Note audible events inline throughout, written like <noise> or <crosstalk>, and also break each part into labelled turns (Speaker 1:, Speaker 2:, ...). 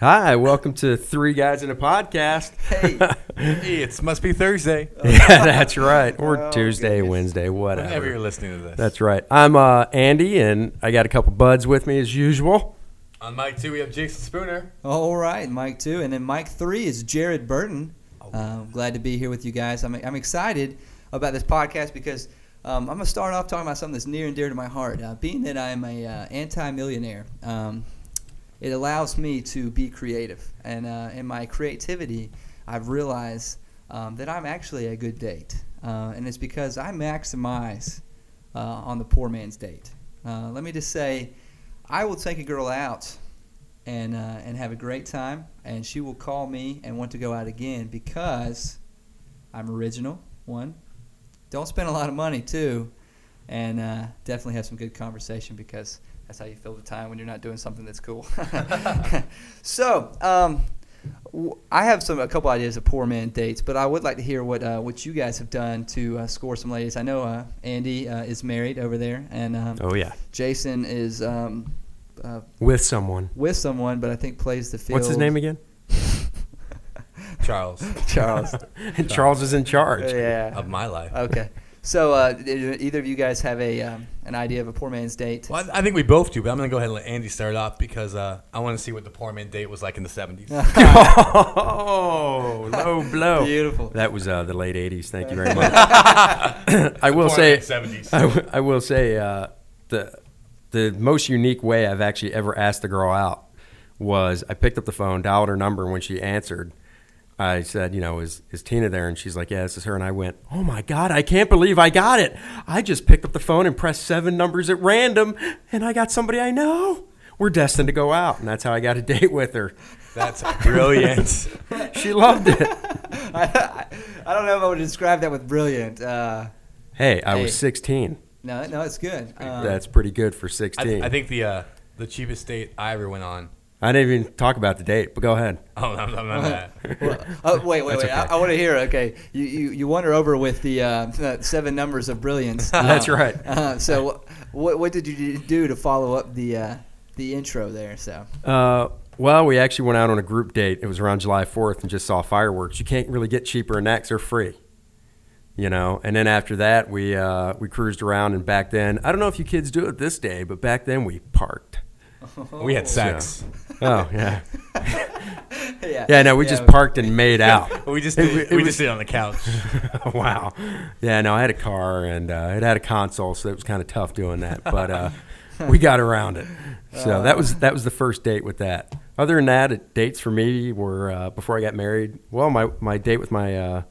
Speaker 1: Hi, welcome to Three Guys in a Podcast.
Speaker 2: Hey, it must be Thursday.
Speaker 1: <laughs> yeah, that's right. Or
Speaker 2: Oh,
Speaker 1: Tuesday,
Speaker 2: goodness.
Speaker 1: Wednesday, whatever.
Speaker 2: Whenever you're listening to this,
Speaker 1: That's right. I'm uh, Andy, and I got a couple buds with me as usual.
Speaker 2: on mic two. We have Jason Spooner.
Speaker 3: All right, Mike two, and then Mike three is Jared Burton.
Speaker 1: Oh.
Speaker 3: Uh, glad to be here with you guys. I'm, I'm excited about this podcast because um, I'm gonna start off talking about something that's near and dear to my heart. Uh, being that I'm a uh, anti-millionaire, um, it allows me to be creative, and uh, in my creativity, I've realized um, that I'm actually a good date, uh, and it's because I maximize uh, on the poor man's date. Uh, let me just say, I will take a girl out and uh, and have a great time. And she will call me and want to go out again because I'm original. One, don't spend a lot of money too, and uh, definitely have some good conversation because that's how you fill the time when you're not doing something that's cool. <laughs> so. Um, w- I have some a couple ideas of poor man dates, but I would like to hear what uh, what you guys have done to uh, score some ladies. I know uh, Andy uh, is married over there, and um,
Speaker 1: Oh, yeah.
Speaker 3: Jason is um, uh,
Speaker 1: With someone.
Speaker 3: with someone, but I think plays the field.
Speaker 1: What's his name again?
Speaker 3: <laughs>
Speaker 2: Charles
Speaker 1: <laughs>
Speaker 3: Charles.
Speaker 1: Charles is in charge.
Speaker 3: yeah.
Speaker 2: of my life.
Speaker 3: Okay. So, uh, did either of you guys have a um, an idea of a poor man's date?
Speaker 1: <laughs>
Speaker 3: <laughs>
Speaker 2: Well, I I think we both do, but I'm gonna go ahead and let Andy start off because uh, I want to see what the poor man date was like in
Speaker 1: <laughs>
Speaker 2: the '70s.
Speaker 1: <laughs> oh, low blow.
Speaker 3: Beautiful.
Speaker 1: That was uh, the late 80s. Thank you
Speaker 2: <laughs>
Speaker 1: very much. I will
Speaker 2: Poor
Speaker 1: say,
Speaker 2: man 70s.
Speaker 1: I, w- I will say uh, the the most unique way I've actually ever asked a girl out was I picked up the phone, dialed her number, and when she answered, I said, you know, is is Tina there? And she's like, yeah, this is her. And I went, oh my god, I can't believe I got it. I just picked up the phone and pressed seven numbers at random, and I got somebody I know. We're destined to go out, and that's how I got a <laughs> date with her.
Speaker 2: That's
Speaker 3: <laughs>
Speaker 2: brilliant.
Speaker 1: She loved it.
Speaker 3: I, I, I don't know if I would describe that with brilliant. Uh,
Speaker 1: Hey, I
Speaker 3: Hey.
Speaker 1: was 16.
Speaker 3: no, no, it's good. Um,
Speaker 1: That's pretty good for
Speaker 2: I,
Speaker 1: 16.
Speaker 2: th- I think the uh, the cheapest date I ever went on. <laughs>
Speaker 1: I didn't even talk about the date, but go ahead.
Speaker 2: Oh, no, no, no,
Speaker 1: Uh-huh.
Speaker 2: no.
Speaker 3: well, oh, wait, wait,
Speaker 1: That's
Speaker 3: wait. I,
Speaker 1: okay.
Speaker 3: I want to hear. Okay, you, you you wander over with the uh, the seven numbers of
Speaker 1: <laughs>
Speaker 3: brilliance.
Speaker 1: That's
Speaker 3: Uh,
Speaker 1: right.
Speaker 3: Uh, so, what what did you do to follow up the uh, the intro there? So,
Speaker 1: Uh, well, we actually went out on a group date. It was around July 4th and just saw fireworks. You can't really get cheaper than that; 'cause they're free, you know. And then after that, we uh, we cruised around, and back then, I don't know if you kids do it this day, but back then we
Speaker 2: <laughs>
Speaker 1: parked.
Speaker 2: We
Speaker 3: <laughs>
Speaker 2: had sex.
Speaker 1: Oh yeah,
Speaker 3: yeah,
Speaker 1: yeah. No, we just parked and
Speaker 2: <laughs>
Speaker 1: made out.
Speaker 2: We just
Speaker 1: It
Speaker 2: did,
Speaker 1: w- it
Speaker 2: we
Speaker 1: was-
Speaker 2: just did it on the couch.
Speaker 1: <laughs> wow. Yeah, no, I had a car and uh, it had a console, so it was kind of tough doing that, but uh, we got around it. So that was that was the first date with that. Other than that, it, dates for me were uh, before I got married. Well, my my date with my uh,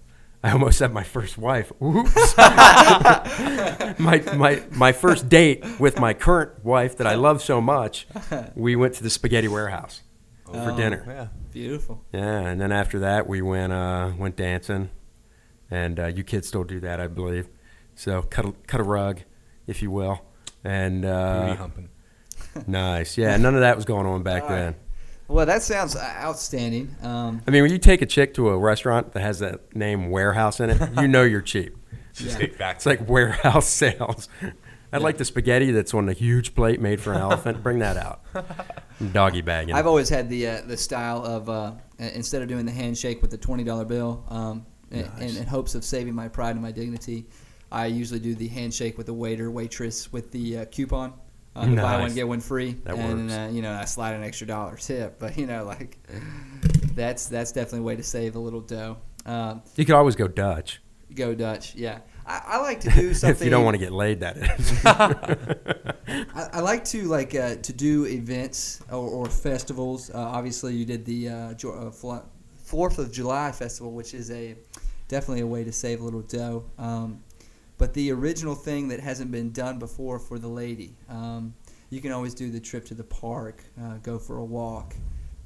Speaker 1: I almost said my first wife. Oops. <laughs> my my my first date with my current wife that I love so much. We went to the spaghetti warehouse for dinner.
Speaker 2: Yeah.
Speaker 3: Beautiful.
Speaker 1: Yeah, and then after that we went uh, went dancing, and uh, you kids still do that, I believe. So cut a, cut a rug, if you will, and
Speaker 2: Booty
Speaker 1: uh,
Speaker 2: humping.
Speaker 1: <laughs> nice. Yeah, none of that was going on back
Speaker 3: All right.
Speaker 1: then.
Speaker 3: Well, that sounds outstanding. Um,
Speaker 1: I mean, when you take a chick to a restaurant that has that name warehouse in it, you know you're
Speaker 3: <laughs>
Speaker 1: cheap.
Speaker 2: Just
Speaker 3: Yeah.
Speaker 2: take back.
Speaker 1: It's like warehouse sales. I'd like the spaghetti that's on a huge plate made
Speaker 3: <laughs>
Speaker 1: for an elephant. Bring that out. Doggy bagging.
Speaker 3: I've always had the uh, the style of uh, instead of doing the handshake with the twenty dollar bill, um, in- in, in hopes of saving my pride and my dignity, I usually do the handshake with the waiter waitress with the uh, coupon. Uh, to Buy
Speaker 1: Nice.
Speaker 3: one get one free,
Speaker 1: That
Speaker 3: and
Speaker 1: works.
Speaker 3: Uh, you know I slide an extra dollar <laughs> tip, but you know like that's that's definitely a way to save a little dough. Um,
Speaker 1: you could always go Dutch
Speaker 3: go Dutch, yeah. I, I like to do
Speaker 1: <laughs>
Speaker 3: something.
Speaker 1: if you don't want to get laid. That is.
Speaker 3: <laughs> I, I like to like uh, to do events or, or festivals. Uh, obviously, you did the uh, Jo- uh, Fla- Fourth of July festival, which is a definitely a way to save a little dough. Um, but the original thing that hasn't been done before for the lady, um, you can always do the trip to the park, uh, go for a walk.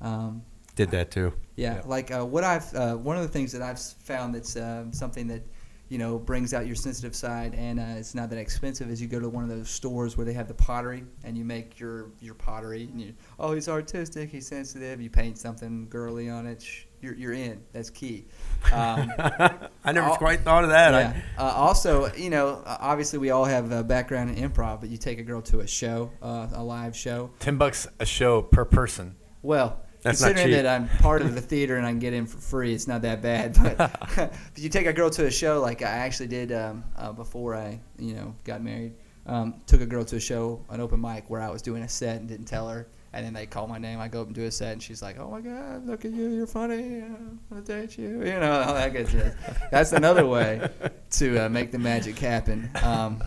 Speaker 3: Um,
Speaker 1: <laughs> Did that too.
Speaker 3: yeah,
Speaker 2: Yeah.
Speaker 3: like uh, what I've uh, one of the things that I've s- found that's um something that you know brings out your sensitive side, and uh, it's not that expensive. Is you go to one of those stores where they have the pottery, and you make your your pottery. And you, oh, he's artistic, he's sensitive. You paint something girly on it. Sh- you're you're in. That's key.
Speaker 1: <laughs>
Speaker 3: Um,
Speaker 1: I never
Speaker 3: I'll-
Speaker 1: quite thought of that. I-
Speaker 3: yeah. Uh, also, you know, uh, obviously we all have a background in improv, but you take a girl to a show, uh, a live show.
Speaker 2: Ten bucks a show per person.
Speaker 3: Well,
Speaker 1: That's not
Speaker 3: considering
Speaker 1: cheap.
Speaker 3: that I'm part of the theater and I can get in for free, it's not that bad. But
Speaker 1: <laughs>
Speaker 3: <laughs> if you take a girl to a show, like I actually did um, uh, before I, you know, got married, um, took a girl to a show, an open mic where I was doing a set and didn't tell her, and then they call my name. I go up and do a set, and she's like, "Oh my God, look at you! You're funny. I want to date you." You know, all that good jazz. That's another
Speaker 2: <laughs>
Speaker 3: way to uh, make the magic happen. Um,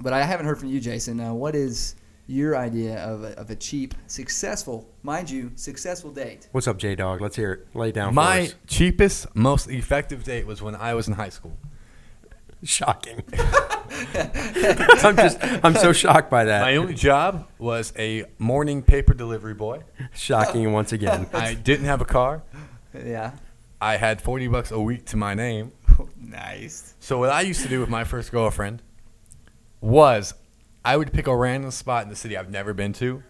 Speaker 3: but I haven't heard from you, Jason. Uh, what is your idea of a, of a cheap, successful, mind you, successful date?
Speaker 1: What's up, J Dog? Let's hear it. Lay it down.
Speaker 2: My
Speaker 1: for us.
Speaker 2: cheapest, most effective date was when I was in high school.
Speaker 1: shocking. <laughs> <laughs> I'm just I'm so shocked by that.
Speaker 2: My only job was a morning paper delivery boy.
Speaker 1: Shocking once again.
Speaker 2: I didn't have a car.
Speaker 3: Yeah.
Speaker 2: I had 40 bucks a week to my name.
Speaker 3: nice.
Speaker 2: So what I used to do with my first girlfriend was I would pick a random spot in the city I've never been to,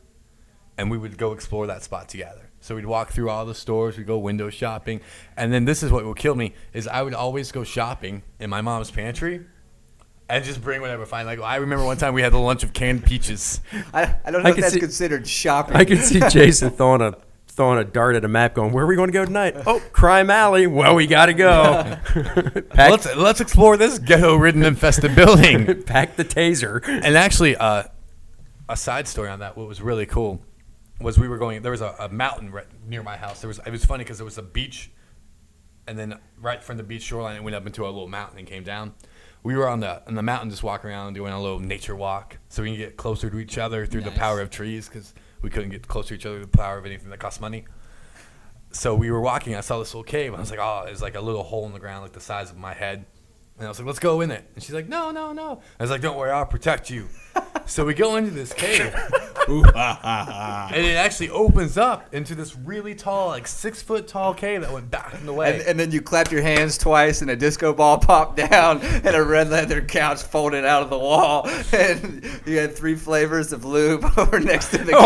Speaker 2: and we would go explore that spot together. So we'd walk through all the stores, we'd go window shopping, and then this is what would kill me is I would always go shopping in my mom's pantry. And just bring whatever find. Like I remember one time we had a lunch of canned peaches.
Speaker 3: I, I don't know
Speaker 1: I
Speaker 3: if
Speaker 1: can
Speaker 3: that's
Speaker 1: see-
Speaker 3: considered shopping.
Speaker 1: I could
Speaker 3: <laughs>
Speaker 1: see Jason throwing a throwing a dart at a map, going, "Where are we going to go tonight? Oh, Crime Alley. Well, we got to go.
Speaker 2: <laughs>
Speaker 1: pack, <laughs>
Speaker 2: Let's let's explore this ghetto-ridden, infested building.
Speaker 1: pack the
Speaker 2: <laughs>
Speaker 1: taser.
Speaker 2: And actually, uh, a side story on that. What was really cool was we were going. There was a, a mountain right near my house. There was. It was funny because there was a beach, and then right from the beach shoreline, it went up into a little mountain and came down. We were on the on the mountain, just walking around doing a little nature walk, so we can get closer to each other through
Speaker 3: Nice.
Speaker 2: the power of trees, because we couldn't get closer to each other with the power of anything that costs money. So we were walking. I saw this little cave. I was like, oh, there's like a little hole in the ground, like the size of my head. And I was like, let's go in it. And she's like, no, no, no. I was like, don't worry, I'll protect you. so we go into this cave. <laughs> and it actually opens up into this really tall, like six foot tall cave that went back in the way.
Speaker 3: and, and then you clapped your hands twice, and a disco ball <laughs> popped down, and a red leather couch folded out of the wall, <laughs> and you had three flavors of lube <laughs> over next to the couch.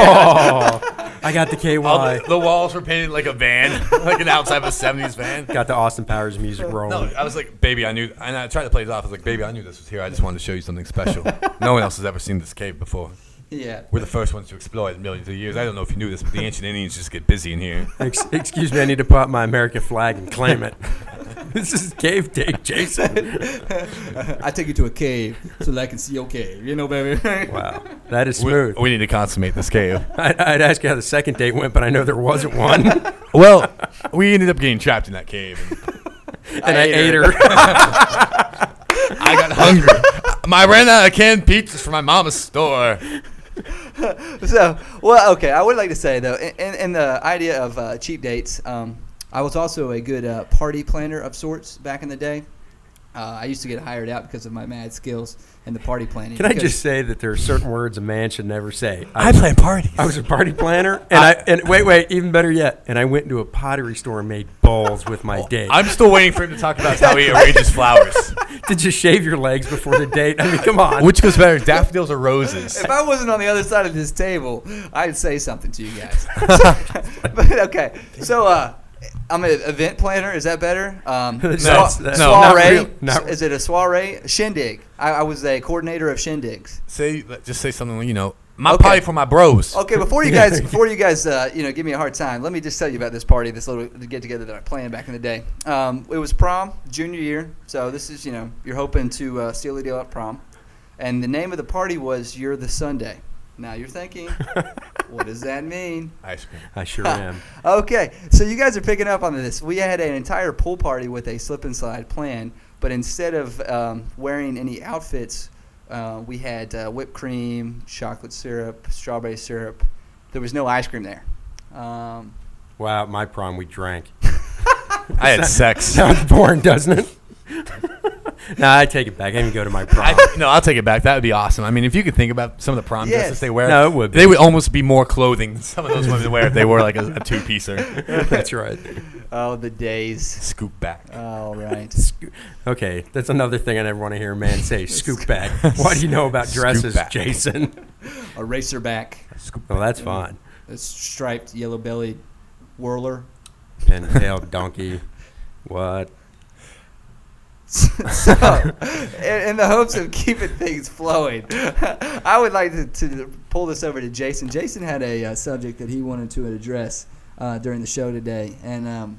Speaker 1: Oh, I got the
Speaker 2: All
Speaker 1: KY.
Speaker 2: the, the walls were painted like a van, <laughs> like an outside of a 70s van.
Speaker 1: Got the Austin Powers music
Speaker 2: No,
Speaker 1: rolling.
Speaker 2: I was like, baby, I knew. And I tried to play it off. I was like, baby, I knew this was here. I just wanted to show you something special. no one else has ever seen this cave before.
Speaker 3: Yeah.
Speaker 2: We're the first ones to explore it in millions of years. I don't know if you knew this, but the ancient Indians just get busy in here.
Speaker 1: Ex- excuse me, I need to put up my American flag and claim it. <laughs> this is cave date,
Speaker 2: <laughs>
Speaker 1: Jason.
Speaker 3: <laughs> I take you to a cave so that I can see your cave. You know, baby. <laughs>
Speaker 1: Wow, <laughs> that is
Speaker 2: We,
Speaker 1: smooth.
Speaker 2: we need to consummate this cave.
Speaker 1: <laughs> I'd, I'd ask you how the second date went, but I know there wasn't <laughs> one. and
Speaker 2: well, <laughs> we ended up getting trapped in that cave.
Speaker 1: I, ate her. <laughs>
Speaker 2: I got <laughs> hungry. I ran out of canned pizzas from my mama's store.
Speaker 3: so well okay i would like to say though in, in, in the idea of uh, cheap dates um, i was also a good uh, party planner of sorts back in the day uh, i used to get hired out because of my mad skills and the party planning
Speaker 1: Can I
Speaker 3: because-
Speaker 1: just say that there are certain words a man should never say? I,
Speaker 2: I play parties.
Speaker 1: I was a party <laughs> planner, and I, and wait, wait, even better yet, and I went into a pottery store and made balls with my date.
Speaker 2: I'm still waiting for him to talk about how <laughs> he arranges flowers.
Speaker 1: Did you shave your legs before the date? I mean, come on.
Speaker 2: <laughs> Which goes better, daffodils or roses?
Speaker 3: if I wasn't on the other side of this table, I'd say something to you
Speaker 1: <laughs>
Speaker 3: guys. <laughs> but okay, so uh, I'm an event planner. Is that better? Um,
Speaker 1: No,
Speaker 3: soir-
Speaker 1: that's- that's-
Speaker 2: not
Speaker 3: soiree.
Speaker 1: real, not-
Speaker 3: is it a soiree? Shindig. I, I was a coordinator of shindigs.
Speaker 2: Say, just say something. You know, my
Speaker 3: Okay.
Speaker 2: party for my bros.
Speaker 3: Okay, before you guys, before you guys, uh, you know, give me a hard time. Let me just tell you about this party, this little get together that I planned back in the day. Um, it was prom, junior year, so this is, you know, you're hoping to uh, seal the deal at prom, and the name of the party was "You're the Sunday." Now you're thinking, what does that mean?
Speaker 2: Ice cream.
Speaker 1: I sure am.
Speaker 3: Okay, so you guys are picking up on this. We had an entire pool party with a slip and slide plan, but instead of um, wearing any outfits, uh, we had uh, whipped cream, chocolate syrup, strawberry syrup. There was no ice cream there. Um,
Speaker 1: Wow, at my prom we drank. <laughs>
Speaker 2: I had <laughs> sex.
Speaker 1: Sounds boring, doesn't it? <laughs> nah, I take it back. I didn't go to my prom.
Speaker 2: I, no, I'll take it back. That would be awesome. I mean, if you could think about some of the prom
Speaker 3: Yes.
Speaker 2: dresses they wear,
Speaker 1: No, it would be.
Speaker 2: They would almost be more clothing than some of those women wear if they wore like a, a two piecer.
Speaker 1: <laughs> That's right.
Speaker 3: oh, the days.
Speaker 2: <laughs> Scoop back.
Speaker 1: <laughs>
Speaker 3: All right.
Speaker 1: Sco- Okay, that's another thing I never want to hear a man say. Scoop back. What do you know about
Speaker 2: Scoop
Speaker 1: dresses,
Speaker 2: back.
Speaker 1: Jason?
Speaker 3: A racer back,
Speaker 1: Well, that's fine.
Speaker 3: a striped yellow bellied whirler.
Speaker 1: Pintailed donkey. What?
Speaker 3: so, in, in the hopes of keeping things flowing, <laughs> I would like to, to pull this over to Jason. Jason had a uh, subject that he wanted to address. uh, during the show today, and um,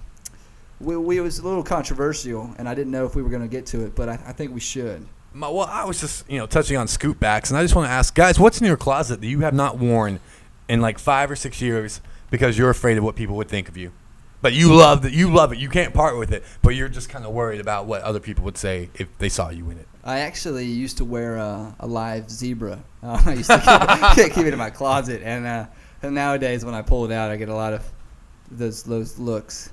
Speaker 3: we, we it was a little controversial, and I didn't know if we were going to get to it, but I, I think we should.
Speaker 2: My, well, I was just you know touching on scoop backs, and I just want to ask guys, what's in your closet that you have not worn in like five or six years because you're afraid of what people would think of you? But you love that you love it. You can't part with it, but you're just kind of worried about what other people would say if they saw you in it.
Speaker 3: I actually used to wear a, a live zebra. <laughs> Uh, I used to keep it, <laughs> keep it in my closet, and, uh, and nowadays when I pull it out, I get a lot of those those looks.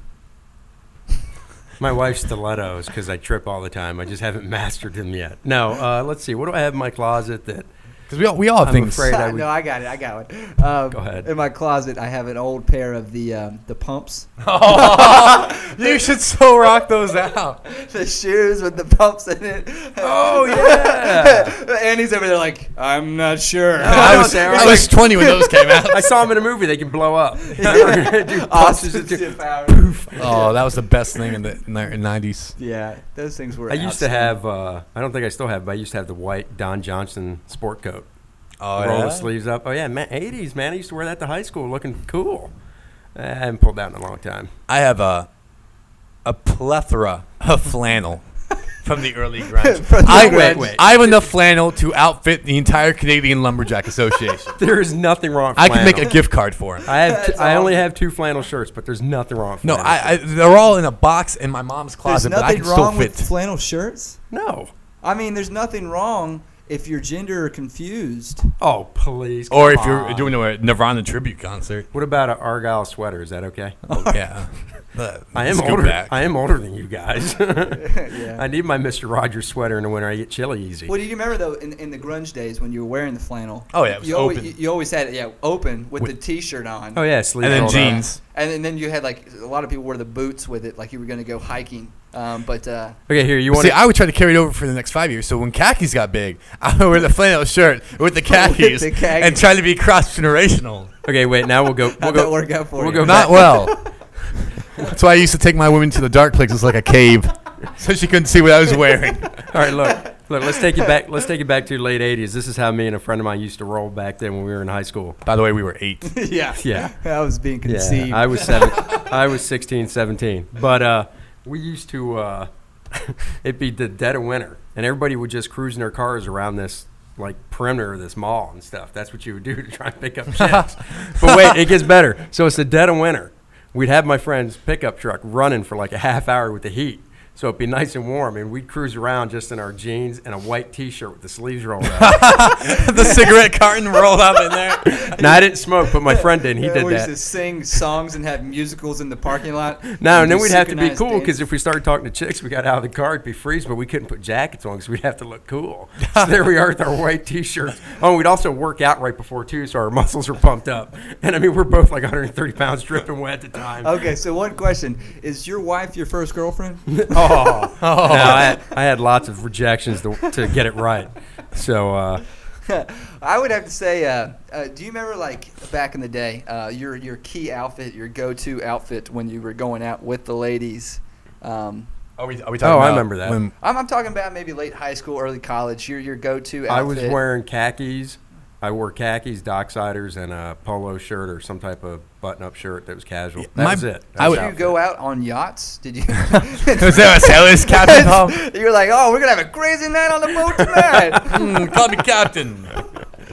Speaker 1: My wife's stilettos because I trip all the time. I just haven't mastered them yet. No, uh, let's see. What do I have in my closet that?
Speaker 2: Because we all we all have
Speaker 1: I'm
Speaker 2: things. <laughs>
Speaker 1: afraid- I would-
Speaker 3: no, I got it. I got one. Um,
Speaker 1: Go ahead.
Speaker 3: In my closet, I have an old pair of the um,
Speaker 1: <laughs>
Speaker 3: the pumps,
Speaker 2: Oh, you should so rock those <laughs> out.
Speaker 3: the shoes with the pumps in it. <laughs>
Speaker 1: Oh yeah!
Speaker 3: Andy's over there like, I'm not sure.
Speaker 1: I
Speaker 2: I
Speaker 1: was-
Speaker 2: was,
Speaker 1: I was like-
Speaker 3: <laughs>
Speaker 2: 20 when those came out.
Speaker 1: I saw them in a movie. They can blow up. <laughs> Dude,
Speaker 3: Ostrich
Speaker 1: pumps-
Speaker 3: and power. <laughs>
Speaker 2: <laughs> Oh, that was the best thing in the in the 90s.
Speaker 3: Yeah, those things were.
Speaker 1: I used to
Speaker 3: outstanding.
Speaker 1: have. Uh, I don't think I still have, but I used to have the white Don Johnson sport coat.
Speaker 2: Oh,
Speaker 1: Roll the sleeves up. Oh yeah, man, '80s man. I used to wear that to high school, looking cool. I haven't pulled that in a long time. <laughs>
Speaker 2: I have a a plethora of flannel from the
Speaker 1: <laughs>
Speaker 2: early grunge.
Speaker 3: From the
Speaker 2: I,
Speaker 1: grunge. Wait, wait.
Speaker 2: I have enough flannel to outfit the entire Canadian Lumberjack Association.
Speaker 1: There is nothing wrong. With
Speaker 2: I can make a
Speaker 1: flannel.
Speaker 2: gift card for him.
Speaker 1: I have. T-
Speaker 3: That's
Speaker 1: I only
Speaker 3: awesome.
Speaker 1: have two flannel shirts, but there's nothing wrong. With
Speaker 2: No,
Speaker 1: flannel
Speaker 2: I, I they're all in a box in my mom's
Speaker 3: There's
Speaker 2: closet, but I
Speaker 3: nothing
Speaker 2: can still
Speaker 3: wrong with
Speaker 2: fit.
Speaker 3: flannel shirts.
Speaker 1: no.
Speaker 3: I mean, there's nothing wrong if you're gender confused.
Speaker 1: Oh please.
Speaker 2: Or
Speaker 1: come
Speaker 2: if you're
Speaker 1: on.
Speaker 2: doing a Nirvana
Speaker 1: <laughs>
Speaker 2: tribute concert,
Speaker 1: What about an Argyle sweater? Is that okay?
Speaker 2: <laughs> oh, yeah. But
Speaker 1: I am
Speaker 2: scoop
Speaker 1: older.
Speaker 2: back.
Speaker 1: I am older than you guys.
Speaker 3: <laughs>
Speaker 1: <laughs>
Speaker 3: Yeah.
Speaker 1: I need my Mister Rogers sweater in the winter. I get chilly easy.
Speaker 3: Well, do you remember though in, in the grunge days when you were wearing the flannel?
Speaker 2: Oh, yeah, it was
Speaker 3: you always,
Speaker 2: open.
Speaker 3: you- you always had it yeah open with,
Speaker 2: With-
Speaker 3: the t-shirt on.
Speaker 1: oh yeah, sleeves
Speaker 2: and then
Speaker 1: rolled up.
Speaker 2: jeans.
Speaker 3: And, then- then you had like a lot of people wore the boots with it, like you were going to go hiking. Um,
Speaker 1: <laughs>
Speaker 3: but uh,
Speaker 1: Okay, here you
Speaker 2: But
Speaker 1: want.
Speaker 2: See, I would try to carry it over for the next five years. So when khakis got big, <laughs> I would wear the flannel shirt
Speaker 1: <laughs>
Speaker 2: with the khakis,
Speaker 3: the khakis.
Speaker 2: and try to be cross generational.
Speaker 1: okay, wait. Now we'll go. We'll
Speaker 3: <laughs> how'd
Speaker 1: go.
Speaker 3: that work out for
Speaker 1: we'll go
Speaker 3: you?
Speaker 1: back.
Speaker 2: Not <laughs> well. That's why I used to take my women to the dark places like a cave, so she couldn't see what I was wearing.
Speaker 1: <laughs> All right, look, look. Let's take it back. Let's take it back to the late '80s. This is how me and a friend of mine used to roll back then when we were in high school.
Speaker 2: By the way, we were eight.
Speaker 3: <laughs> yeah,
Speaker 1: Yeah.
Speaker 3: I was being
Speaker 1: Yeah,
Speaker 3: conceived.
Speaker 1: I was seven. I was 16, 17. But uh, we used to. Uh, <laughs> it'd be the dead of winter, and everybody would just cruise in their cars around this like perimeter of this mall and stuff. That's what you would do to try and pick up chips. but wait, it gets better. So it's the dead of winter. We'd have my friend's pickup truck running for like a half hour with the heat. So it'd be nice and warm, and we'd cruise around just in our jeans and a white T-shirt with the sleeves rolled up.
Speaker 2: <laughs> the cigarette carton rolled up in there.
Speaker 1: now I didn't smoke, oh, but my friend did. and He
Speaker 3: <laughs> Yeah,
Speaker 1: did
Speaker 3: we
Speaker 1: that.
Speaker 3: used to sing songs and have musicals in the parking lot.
Speaker 1: <laughs> No,
Speaker 3: We
Speaker 1: and then
Speaker 3: do
Speaker 1: we'd have to be
Speaker 3: synchronized
Speaker 1: cool because
Speaker 3: dances.
Speaker 1: if we started talking to chicks, we got out of the car, it'd be freezing, but we couldn't put jackets on because we'd have to look cool. So there we are with our white t-shirts. Oh, and we'd also work out right before too, so our muscles were pumped up. And I mean, we're both like 130 pounds, dripping wet at the time.
Speaker 3: <laughs> Okay, so one question: Is your wife your first girlfriend?
Speaker 1: <laughs>
Speaker 3: <laughs>
Speaker 1: Oh, no, I had, I had lots of rejections to, to get it right. So uh,
Speaker 3: <laughs> I would have to say, uh, uh, do you remember like back in the day, uh, your your key outfit, your go-to outfit when you were going out with the ladies? Um,
Speaker 2: Are <laughs> we, are
Speaker 1: Oh,
Speaker 2: we talking
Speaker 1: I
Speaker 2: about
Speaker 1: remember that.
Speaker 2: when-
Speaker 3: I'm, I'm talking about maybe late high school, early college. Your your go-to outfit.
Speaker 1: I was wearing khakis. I wore khakis, docksiders, and a polo shirt or some type of button-up shirt that was casual. That
Speaker 2: my-
Speaker 1: was it.
Speaker 2: I
Speaker 1: That was
Speaker 2: would-
Speaker 3: Did you
Speaker 1: outfit.
Speaker 3: go out on yachts? Did
Speaker 2: <laughs>
Speaker 3: you? <laughs>
Speaker 2: was there a sailor's captain? Tom?
Speaker 3: You're like, oh, we're gonna have a crazy night on the boat tonight.
Speaker 2: <laughs> Mm, call me <laughs> captain.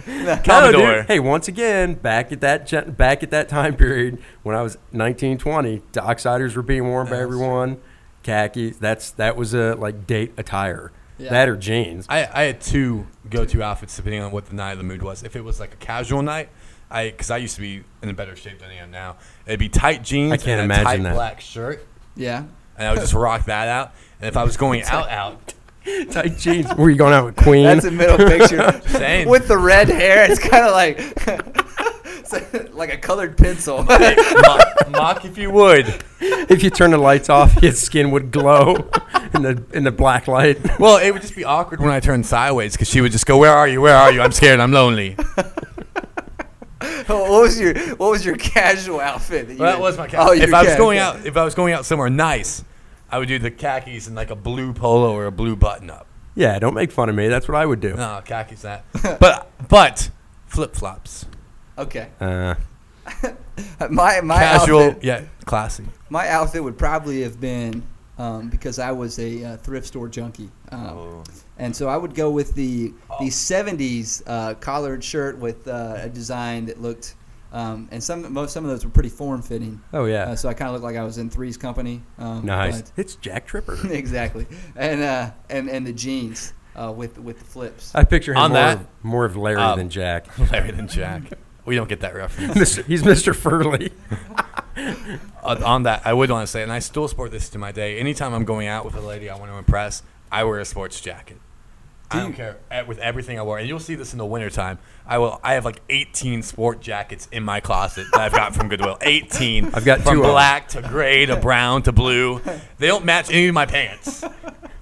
Speaker 1: No,
Speaker 2: Commodore.
Speaker 1: dude. Hey, once again, back at that gen- back at that time period when I was 19, 20, docksiders were being worn by
Speaker 2: That's true.
Speaker 1: everyone. Khakis. That's that was a like date attire.
Speaker 3: Yeah.
Speaker 1: That or
Speaker 3: <laughs>
Speaker 1: jeans. <laughs>
Speaker 2: I, I had two go-to outfits depending on what the night of the mood was. If it was like a casual night, I because I used to be in a better shape than I am now. It'd be tight jeans.
Speaker 1: I can't
Speaker 2: and a
Speaker 1: imagine
Speaker 2: tight
Speaker 1: that.
Speaker 2: black shirt,
Speaker 3: yeah.
Speaker 2: and I would just rock that out. And if I was <laughs> going out, out,
Speaker 1: Tight jeans. Were you going out with Queen?
Speaker 3: That's a
Speaker 2: <laughs>
Speaker 3: middle picture.
Speaker 2: saying.
Speaker 3: With the red hair, it's kind of like <laughs> it's like- like a colored pencil.
Speaker 2: mock, mock if you would.
Speaker 1: <laughs> if you turn the lights off, <laughs> his skin would glow <laughs> in the in the black light. <laughs>
Speaker 2: Well, it would just be awkward when I turned sideways because she would just go, "Where are you? Where are you? I'm scared.
Speaker 3: <laughs>
Speaker 2: I'm lonely."
Speaker 3: what was your What was your casual outfit? you
Speaker 2: Well, that
Speaker 3: did?
Speaker 2: was my khaki.
Speaker 3: Oh, your
Speaker 2: if I was
Speaker 3: khaki.
Speaker 2: going out, if I was going out somewhere nice, I would do the khakis and like a blue polo or a blue button up.
Speaker 1: Yeah, don't make fun of me. That's what I would do.
Speaker 3: <laughs>
Speaker 2: No, khakis that. but but flip flops.
Speaker 3: Okay. <laughs>
Speaker 1: Uh,
Speaker 3: my my
Speaker 2: Casual,
Speaker 3: outfit,
Speaker 2: yeah,
Speaker 3: <laughs>
Speaker 2: classy.
Speaker 3: my outfit would probably have been um, because I was a uh, thrift store junkie, um,
Speaker 4: Oh.
Speaker 3: and so I would go with the
Speaker 2: Oh.
Speaker 3: the '70s uh, collared shirt with uh, a design that looked, um, and some most some of those were pretty form fitting.
Speaker 1: Oh yeah,
Speaker 3: Uh, so I kind of looked like I was in Three's Company. Um,
Speaker 1: nice.
Speaker 3: but-
Speaker 1: It's Jack Tripper.
Speaker 3: <laughs> exactly, and uh, and and the jeans uh, with with the flips.
Speaker 1: I picture him
Speaker 2: On
Speaker 1: more,
Speaker 2: that-
Speaker 1: of- more of Larry
Speaker 2: Um,
Speaker 1: than
Speaker 2: <laughs>
Speaker 1: Jack.
Speaker 2: Larry than Jack. We don't get that reference.
Speaker 1: Mr. He's Mr. Furley.
Speaker 2: Uh, on that, I would want to say, and I still sport this to my day. Anytime I'm going out with a lady I want to impress, I wear a sports jacket. I don't
Speaker 3: Dude.
Speaker 2: care eh, with everything I wear, and you'll see this in the wintertime. I will. I have like 18 sport jackets in my closet that I've got from Goodwill. 18.
Speaker 1: I've got
Speaker 2: from
Speaker 1: two of 'em.
Speaker 2: black to gray to brown to blue. They don't match any of my pants.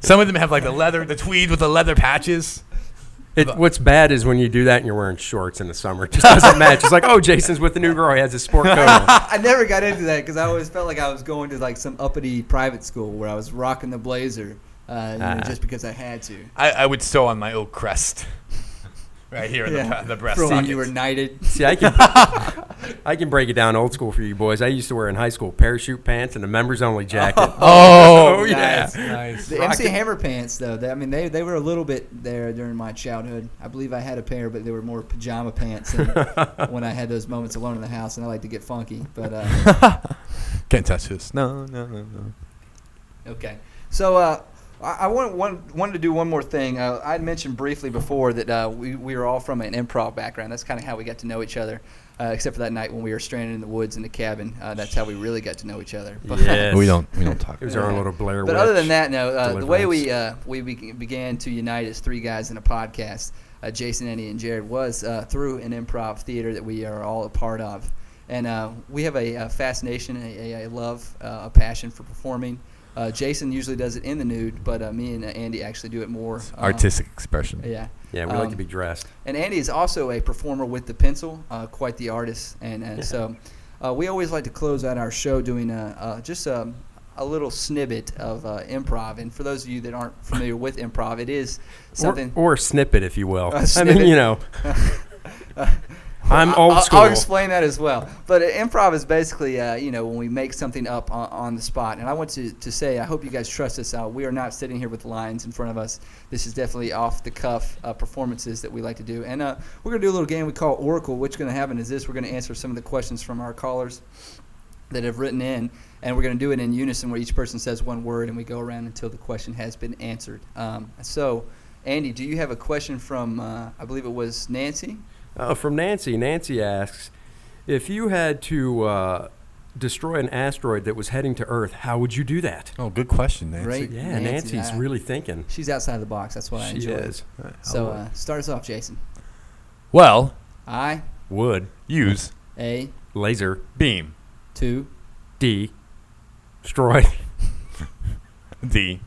Speaker 2: Some of them have like the leather, the tweed with the leather patches.
Speaker 1: It, what's bad is when you do that and you're wearing shorts in the summer. <laughs> It just doesn't match. It's like, oh, Jason's with the new girl. He has a sport coat on.
Speaker 3: <laughs> I never got into that because I always felt like I was going to like some uppity private school where I was rocking the blazer, uh, you know,
Speaker 1: Ah.
Speaker 3: just because I had to.
Speaker 2: I, I would sew on my oak crest, <laughs> right here in
Speaker 3: Yeah.
Speaker 2: the, the breast
Speaker 3: From when
Speaker 2: pocket.
Speaker 3: you were knighted.
Speaker 1: See, I can, I can break it down old school for you boys. I used to wear in high school parachute pants and a members only jacket.
Speaker 2: <laughs> oh,
Speaker 1: Oh, yeah.
Speaker 3: nice.
Speaker 2: nice.
Speaker 3: The MC Hammer pants, though, they, I mean, they, they were a little bit there during my childhood. I believe I had a pair, but they were more pajama pants
Speaker 2: <laughs>
Speaker 3: than when I had those moments alone in the house, and I like to get funky. But uh,
Speaker 2: <laughs> Can't touch this. No, no, no, no.
Speaker 3: okay, so uh, I, I want, want, wanted to do one more thing. Uh, I had mentioned briefly before that uh, we we were all from an improv background. That's kind of how we got to know each other, uh, except for that night when we were stranded in the woods in the cabin. Uh, that's how we really got to know each other.
Speaker 1: Yes.
Speaker 2: We don't. We
Speaker 3: <laughs>
Speaker 2: don't talk.
Speaker 1: It was our own little Blair
Speaker 3: But
Speaker 1: Witch.
Speaker 3: other than that, no. Uh, the way
Speaker 1: Deliverance.
Speaker 3: we uh, we be- began to unite as three guys in a podcast, uh, Jason, Andy, and Jared, was uh, through an improv theater that we are all a part of, and uh, we have a, uh fascination, a, a, a love, uh, a passion for performing. Uh, Jason usually does it in the nude, but uh, me and uh, Andy actually do it more uh,
Speaker 2: Artistic expression.
Speaker 3: Yeah.
Speaker 1: yeah, we like to
Speaker 3: um,
Speaker 1: be dressed.
Speaker 3: And Andy is also a performer with the pencil, uh, quite the artist. And uh, so uh, we always like to close out our show doing uh, uh, just um, a little snippet of uh, improv. And for those of you that aren't familiar with improv, it is something.
Speaker 1: Or, or snippet, if you will.
Speaker 3: <laughs> A
Speaker 1: I
Speaker 3: snippet.
Speaker 1: mean, you
Speaker 3: <laughs>
Speaker 1: know, <laughs> I'm
Speaker 3: I'll-
Speaker 1: old
Speaker 3: I'll,
Speaker 1: school.
Speaker 3: I'll explain that as well. But uh, improv is basically, uh, you know, when we make something up on, on the spot. And I want to, to say, I hope you guys trust us out. We are not sitting here with lines in front of us. This is definitely off the cuff uh, performances that we like to do. And uh, we're going to do a little game we call Oracle. What's going to happen is this we're going to answer some of the questions from our callers that have written in, and we're going to do it in unison where each person says one word and we go around until the question has been answered. Um, so, Andy, do you have a question from, uh, I believe it was Nancy?
Speaker 1: Uh, from Nancy. Nancy asks, if you had to uh, destroy an asteroid that was heading to Earth, how would you do that?
Speaker 2: Oh, good question, Nancy.
Speaker 3: Right.
Speaker 1: Yeah,
Speaker 3: Nancy,
Speaker 1: Nancy's
Speaker 3: uh,
Speaker 1: really thinking.
Speaker 3: She's outside the box. That's what I
Speaker 1: She
Speaker 3: enjoy.
Speaker 1: is.
Speaker 3: So uh, start us off, Jason.
Speaker 2: well,
Speaker 3: I
Speaker 1: Would
Speaker 2: use
Speaker 3: a
Speaker 1: laser
Speaker 2: beam
Speaker 3: two
Speaker 1: D destroy?
Speaker 2: the.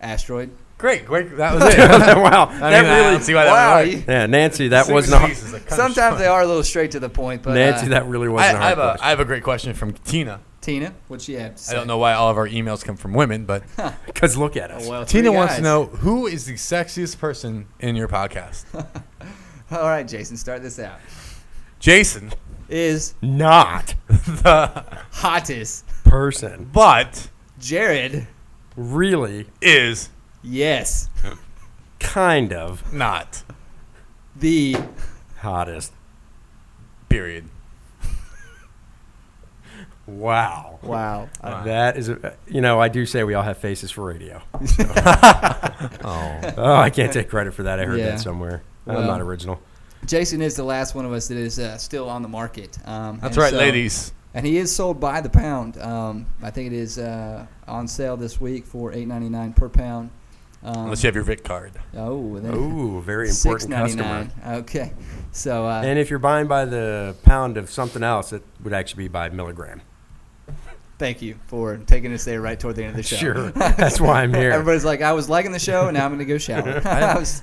Speaker 3: asteroid.
Speaker 2: Great, great. <laughs> That was <laughs> it. I mean,
Speaker 1: <laughs> wow, that
Speaker 2: I
Speaker 1: really.
Speaker 2: don't see why that
Speaker 3: Wow,
Speaker 2: would work.
Speaker 3: you-
Speaker 1: yeah, Nancy, that
Speaker 2: Six
Speaker 1: was not.
Speaker 2: pieces of kind of
Speaker 3: Sometimes they
Speaker 2: shit.
Speaker 3: are a little straight to the point, but
Speaker 1: Nancy,
Speaker 3: uh,
Speaker 1: that really
Speaker 2: I,
Speaker 1: wasn't a
Speaker 2: I
Speaker 1: hard
Speaker 2: have a,
Speaker 1: question.
Speaker 2: I have a great question from Tina.
Speaker 3: Tina, what she had. to
Speaker 2: I
Speaker 3: say.
Speaker 2: don't know why all of our emails come from women, but
Speaker 1: Because look at us.
Speaker 3: Oh, well,
Speaker 2: Tina
Speaker 3: three
Speaker 2: wants to
Speaker 3: guys.
Speaker 2: know who is the sexiest person in your podcast?
Speaker 3: <laughs>
Speaker 2: <laughs>
Speaker 3: All right, Jason, start this out.
Speaker 2: Jason, <laughs>
Speaker 3: Is
Speaker 1: Not
Speaker 2: the,
Speaker 3: hottest
Speaker 1: person.
Speaker 2: but
Speaker 3: Jared?
Speaker 1: Really,
Speaker 2: is
Speaker 3: Yes,
Speaker 1: kind of
Speaker 2: not.
Speaker 3: the
Speaker 1: hottest.
Speaker 2: Period.
Speaker 1: Wow. <laughs>
Speaker 3: wow. <laughs>
Speaker 1: Oh,
Speaker 2: Wow.
Speaker 1: That is, a, you know, I do say we all have faces for
Speaker 3: <laughs>
Speaker 1: radio.
Speaker 2: Oh.
Speaker 1: Oh, I can't take credit for that. I heard
Speaker 3: Yeah.
Speaker 1: that somewhere. I'm
Speaker 3: Well.
Speaker 1: not original.
Speaker 3: Jason is the last one of us that is uh, still on the market. Um,
Speaker 2: That's
Speaker 3: and
Speaker 2: right,
Speaker 3: so-
Speaker 2: ladies.
Speaker 3: and he is sold by the pound. Um, I think it is uh, on sale this week for eight ninety nine per pound. Um,
Speaker 2: Unless you have your Vic card.
Speaker 3: Oh, then
Speaker 1: Ooh, very
Speaker 3: six
Speaker 1: important
Speaker 3: ninety
Speaker 1: customer.
Speaker 3: nine. Okay, so uh,
Speaker 1: And if you're buying by the pound of something else, it would actually be by milligram.
Speaker 3: thank you for taking us there right toward the end of the show.
Speaker 1: Sure. That's why I'm here.
Speaker 3: <laughs> Everybody's like, I was liking the show, and now I'm going to
Speaker 1: <laughs>
Speaker 3: go shower. <laughs> I was-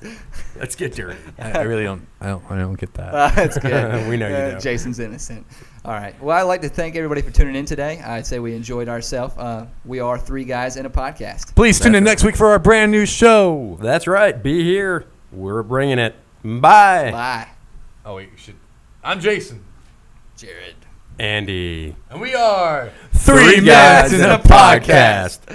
Speaker 1: Let's get dirty.
Speaker 2: I, I really don't. I don't. I don't get that.
Speaker 3: uh,
Speaker 1: <laughs>
Speaker 3: that's good. Uh,
Speaker 1: We know you do.
Speaker 3: Jason's innocent. All right. Well, I'd like to thank everybody for tuning in today. I'd say we enjoyed ourselves. Uh, we are three guys in a podcast.
Speaker 2: Please tune in next week for our brand new show.
Speaker 1: That's right. Be here. We're bringing it. Bye.
Speaker 3: Bye.
Speaker 2: Oh wait, you should. I'm Jason.
Speaker 3: Jared.
Speaker 1: Andy.
Speaker 2: And we are
Speaker 1: Three Guys in a Podcast.